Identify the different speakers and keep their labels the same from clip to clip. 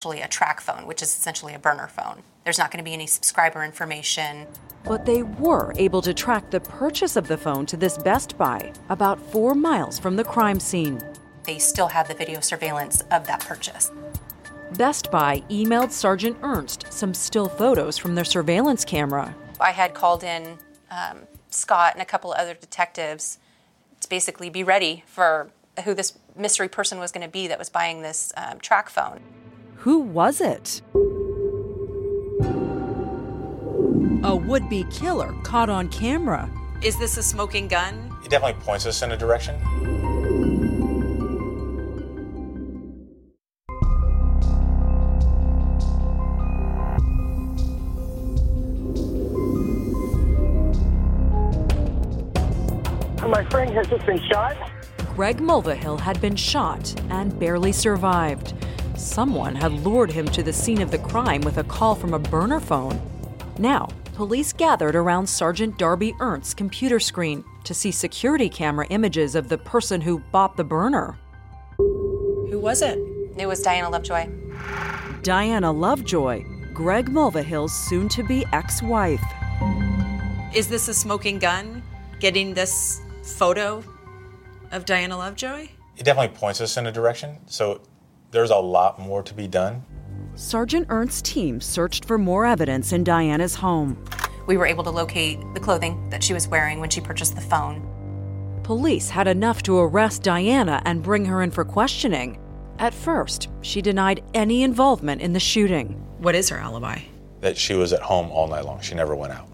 Speaker 1: actually a track phone, which is essentially a burner phone. There's not going to be any subscriber information.
Speaker 2: But they were able to track the purchase of the phone to this Best Buy about four miles from the crime scene.
Speaker 1: They still have the video surveillance of that purchase.
Speaker 2: Best Buy emailed Sergeant Ernst some still photos from their surveillance camera.
Speaker 1: I had called in um, Scott and a couple other detectives to basically be ready for who this mystery person was going to be that was buying this um, track phone.
Speaker 2: Who was it? A would be killer caught on camera.
Speaker 3: Is this a smoking gun?
Speaker 4: It definitely points us in a direction.
Speaker 5: My friend has just been shot.
Speaker 2: Greg Mulvihill had been shot and barely survived. Someone had lured him to the scene of the crime with a call from a burner phone. Now, police gathered around Sergeant Darby Ernst's computer screen to see security camera images of the person who bought the burner.
Speaker 3: Who was it?
Speaker 1: It was Diana Lovejoy.
Speaker 2: Diana Lovejoy, Greg Mulvihill's soon to be ex wife.
Speaker 3: Is this a smoking gun? Getting this photo of Diana Lovejoy?
Speaker 4: It definitely points us in a direction. So there's a lot more to be done.
Speaker 2: Sergeant Ernst's team searched for more evidence in Diana's home.
Speaker 1: We were able to locate the clothing that she was wearing when she purchased the phone.
Speaker 2: Police had enough to arrest Diana and bring her in for questioning. At first, she denied any involvement in the shooting,
Speaker 3: What is her alibi?
Speaker 4: That she was at home all night long. She never went out.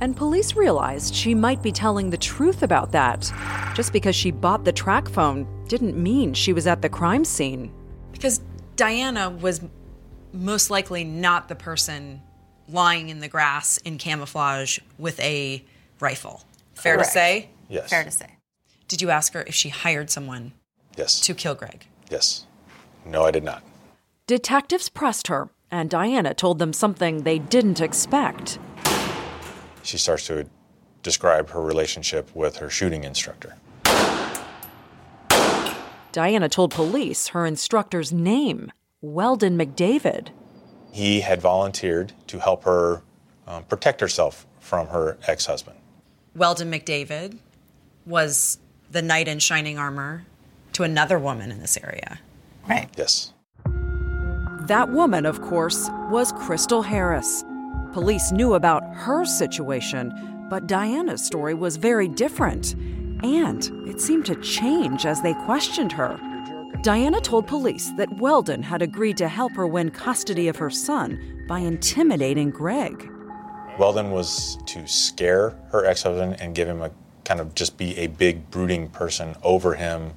Speaker 2: and police realized she might be telling the truth about that. Just because she bought the track phone didn't mean she was at the crime scene.
Speaker 3: Because Diana was most likely not the person lying in the grass in camouflage with a rifle. Fair to
Speaker 1: Correct.
Speaker 3: say?
Speaker 4: Yes.
Speaker 1: Fair to say.
Speaker 3: Did you ask her if she hired someone
Speaker 4: Yes.
Speaker 3: to kill Greg?
Speaker 4: Yes. No, I did not.
Speaker 2: Detectives pressed her, and Diana told them something they didn't expect.
Speaker 4: She starts to describe her relationship with her shooting instructor.
Speaker 2: Diana told police her instructor's name, Weldon McDavid.
Speaker 4: He had volunteered to help her um, protect herself from her ex husband.
Speaker 3: Weldon McDavid was the knight in shining armor to another woman in this area.
Speaker 1: Right.
Speaker 4: Yes.
Speaker 2: That woman, of course, was Crystal Harris. Police knew about her situation, but Diana's story was very different, and it seemed to change as they questioned her. Diana told police that Weldon had agreed to help her win custody of her son by intimidating Greg.
Speaker 4: Weldon was to scare her ex husband and give him a kind of just be a big brooding person over him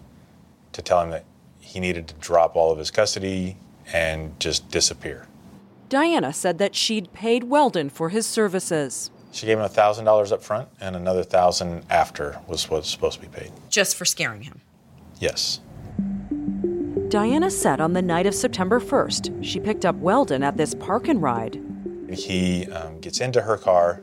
Speaker 4: to tell him that he needed to drop all of his custody and just disappear.
Speaker 2: Diana said that she'd paid Weldon for his services.
Speaker 4: She gave him $1,000 up front and another 1000 after was what's supposed to be paid.
Speaker 3: just for scaring him.
Speaker 4: Yes.
Speaker 2: Diana said on the night of September 1st, she picked up Weldon at this park and ride.
Speaker 4: He um, gets into her car